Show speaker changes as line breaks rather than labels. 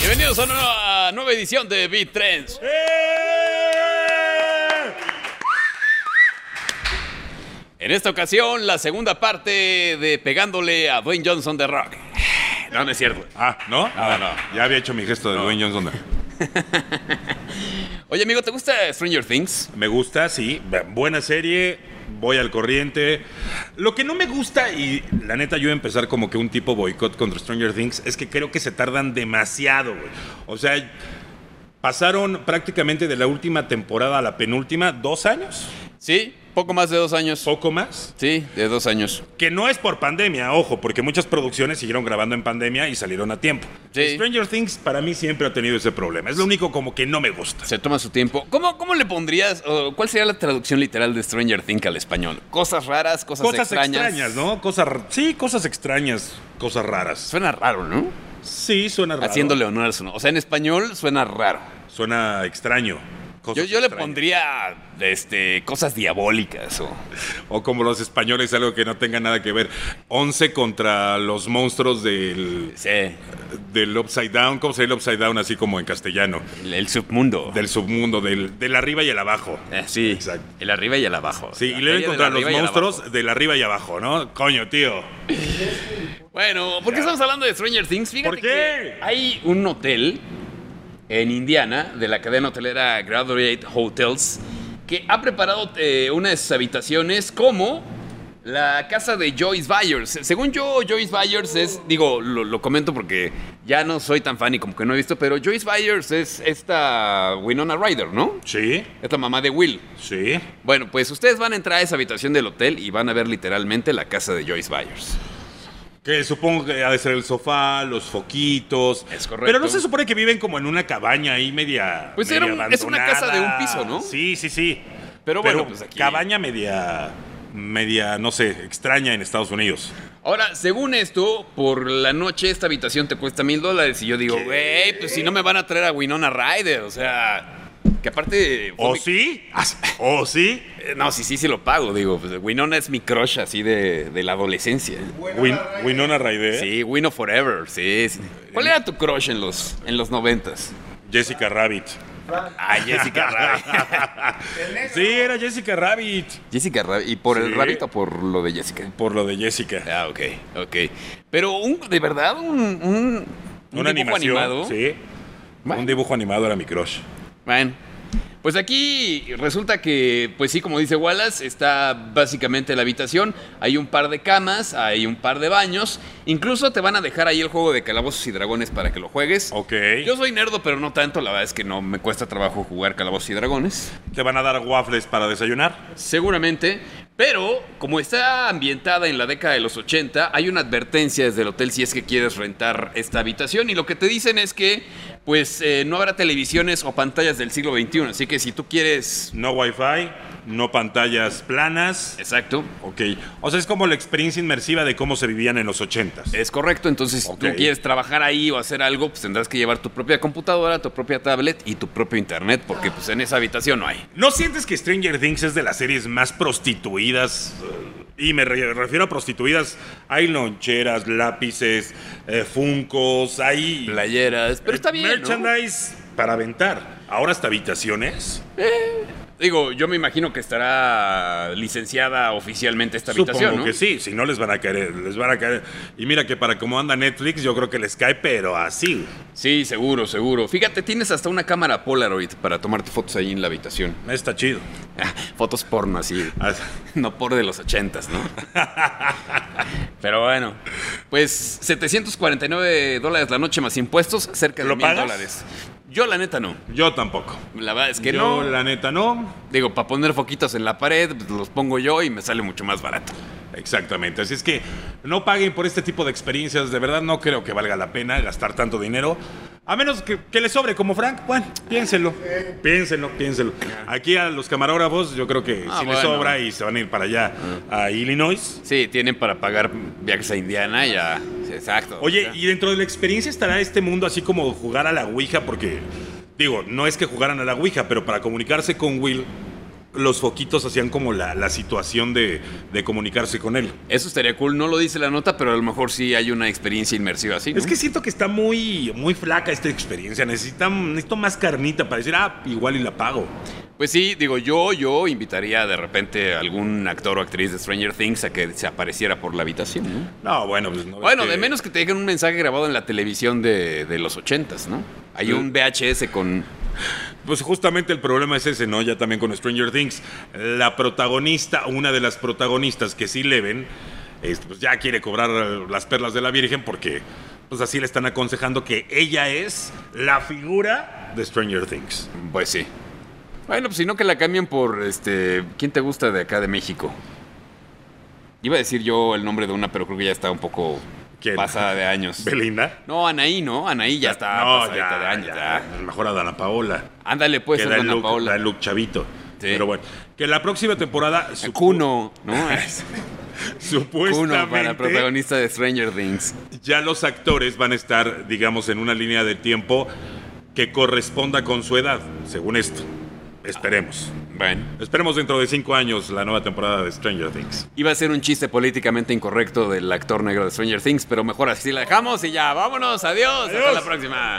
bienvenidos a una nueva edición de Beat Trends. En esta ocasión, la segunda parte de pegándole a Dwayne Johnson de Rock. No, no es cierto.
Ah, ¿no? Ah,
no.
Ya había hecho mi gesto de Dwayne Johnson.
Oye, amigo, ¿te gusta Stranger Things?
Me gusta, sí. b- Buena serie. Voy al corriente. Lo que no me gusta, y la neta, yo iba a empezar como que un tipo boicot contra Stranger Things, es que creo que se tardan demasiado, güey. O sea, pasaron prácticamente de la última temporada a la penúltima, dos años,
Sí, poco más de dos años.
poco más.
Sí, de dos años.
Que no es por pandemia, ojo, porque muchas producciones siguieron grabando en pandemia y salieron a tiempo.
Sí.
Stranger Things para mí siempre ha tenido ese problema. Es lo único como que no me gusta.
Se toma su tiempo. ¿Cómo, cómo le pondrías, o cuál sería la traducción literal de Stranger Things al español? Cosas raras, cosas,
Cosas extrañas. ¿no? Cosas, r- sí, cosas extrañas, cosas raras.
Suena raro, ¿no?
Sí, suena raro.
Haciéndole honor a su nombre. O sea, en español suena raro.
Suena extraño.
Yo,
cosas
yo le
extrañas.
pondría este, cosas diabólicas o
O como los españoles, algo que no tenga nada que ver. 11 contra los monstruos del,
sí,
del Upside Down. ¿Cómo sería el Upside Down así como en castellano?
el, el submundo.
Del submundo, del, del arriba y el abajo.
Eh, sí,
Exacto.
el arriba y el abajo.
Sí,
La
y luego
feria
contra
del
los
arriba y el
monstruos del arriba y abajo, ¿no? Coño, tío.
abajo. Bueno, ¿por qué estamos hablando de Stranger Things? Fíjate
¿Por qué?
que hay un hotel en Indiana de la cadena hotelera Graduate Hotels que ha preparado eh, una de sus habitaciones como la casa de Joyce Byers. Según yo, Joyce Byers es, digo, lo, lo comento porque ya no soy tan fan y como que no he visto, pero Joyce Byers es esta Winona Ryder, ¿no?
Sí,
Es la mamá de Will.
sí.
Bueno, pues ustedes van a entrar a esa habitación del hotel y van a ver literalmente la casa de Joyce Byers.
Que supongo que ha de ser el sofá, los foquitos.
Es correcto.
Pero no se supone que viven como en una cabaña ahí media.
Pues era
media
un- es una casa de un
abandonada.
piso, ¿no?
Sí, sí, sí.
Pero bueno, pues aquí-
Cabaña media. media, no sé, extraña en Estados Unidos.
Ahora, según esto, por la noche esta habitación te cuesta mil dólares. Y yo digo, güey, pues si no me van a traer a Winona Ryder, o sea, que aparte... fue
¿O
mi-
sí? ¿O sí?
Eh, No, sí, sí, sí lo pago, digo, pues Winona es mi crush así de, de la adolescencia.
Win- Winona Ryder.
Sí, Wino Forever, sí, sí. ¿Cuál era tu crush en los, en los noventas?
Jessica Rabbit.
Ah, Jessica Rabbit.
Sí, era Jessica Rabbit.
Jessica Rabbit, ¿y por el
Sí.
Rabbit o por lo de Jessica?
Por lo de Jessica.
Ah, ok, ok. Pero un, de verdad, un, un, un dibujo
Una animación.
animado.
Sí.
Bueno.
Un dibujo animado era mi crush.
Bueno. Pues aquí resulta que, pues sí, como dice Wallace, está básicamente la habitación. Hay un par de camas, hay un par de baños. Incluso te van a dejar ahí el juego de calabozos y dragones para que lo juegues.
Ok.
Yo soy nerdo, pero no tanto. La verdad es que no me cuesta trabajo jugar calabozos y dragones.
Te van a dar waffles para desayunar.
Seguramente. Pero, como está ambientada en la década de los 80, hay una advertencia desde el hotel si es que quieres rentar esta habitación. Y lo que te dicen es que, pues, eh, no habrá televisiones o pantallas del siglo XXI. Así que si tú quieres.
No wifi, no pantallas planas.
Exacto.
Ok. O sea, es como la experiencia inmersiva de cómo se vivían en los ochentas.
Es correcto, entonces si
Ok.
tú quieres trabajar ahí o hacer algo, pues tendrás que llevar tu propia computadora, tu propia tablet y tu propio internet, porque pues en esa habitación no hay.
¿No sientes que Stranger Things es de las series más prostituidas? Eh, Y me re- refiero a prostituidas. Hay loncheras, lápices, eh, funcos, hay...
Playeras, pero está bien. ¿no?
Merchandise para aventar. Ahora hasta habitaciones.
Digo, yo me imagino que estará licenciada oficialmente esta
Supongo
habitación. ¿no?
que sí, si no les van a caer, les van a caer. Y mira que para cómo anda Netflix, yo creo que les cae, pero así.
Sí, seguro, seguro. Fíjate, tienes hasta una cámara Polaroid para tomarte fotos ahí en la habitación.
Está chido.
Ah, fotos porno, así. No por de los ochentas, ¿no? Pero bueno, pues 749 dólares la noche más impuestos, cerca de
¿Lo
mil
pagas?
dólares. Yo la neta no.
Yo tampoco.
La verdad es que
yo,
no.
la neta, no.
Digo, para poner foquitos en la pared, pues, los pongo yo y me sale mucho más barato.
Exactamente. Así es que no paguen por este tipo de experiencias. De verdad, no creo que valga la pena gastar tanto dinero. A menos que, que les sobre, como Frank. Bueno, piénsenlo. Piénsenlo, piénsenlo. Aquí a los camarógrafos, yo creo que
Ah,
si
bueno.
les sobra y se van a ir para allá a Illinois.
Sí, tienen para pagar viajes a Indiana ya. Exacto.
Oye, y dentro de la experiencia estará este mundo así como jugar a la Ouija, porque, digo, no es que jugaran a la Ouija, pero para comunicarse con Will, los foquitos hacían como la, la situación de, de comunicarse con él.
Eso estaría cool, no lo dice la nota, pero a lo mejor sí hay una experiencia inmersiva así. ¿no?
Es que siento que está muy, muy flaca esta experiencia. Necesita, necesito más carnita para decir, ah, igual y la pago.
Pues sí, digo, yo, yo invitaría de repente a algún actor o actriz de Stranger Things a que se apareciera por la habitación, ¿no?
No, bueno, pues no. es
Bueno,
que-
de menos que te lleguen un mensaje grabado en la televisión de, de los ochentas, ¿no? Hay un VHS con...
Pues justamente el problema es ese, ¿no? Ya también con Stranger Things. La protagonista, una de las protagonistas que sí le ven, este, pues ya quiere cobrar eh, las perlas de la Virgen porque pues así le están aconsejando que ella es la figura de Stranger Things.
Pues sí. Bueno, pues si no que la cambien por, este... ¿Quién te gusta de acá de México? Iba a decir yo el nombre de una, pero creo que ya está un poco
¿Quién?
pasada de años.
Belinda.
No, Anaí, ¿no? Anaí ya está
no,
pasadita
ya,
de años.
ya,
ya.
Mejor a Dana Paola.
Ándale, pues,
que da el
Ana
look,
Paola.
da el look chavito.
Sí.
Pero bueno, que la próxima temporada supu-
Kuno, ¿no?
supuestamente
Kuno para el protagonista de Stranger Things.
ya los actores van a estar, digamos, en una línea de tiempo que corresponda con su edad, según esto. Esperemos.
Bueno.
Esperemos dentro de cinco años la nueva temporada de Stranger Things.
Iba a ser un chiste políticamente incorrecto del actor negro de Stranger Things, pero mejor así la dejamos y ya, vámonos, adiós, hasta
Adiós.
la próxima.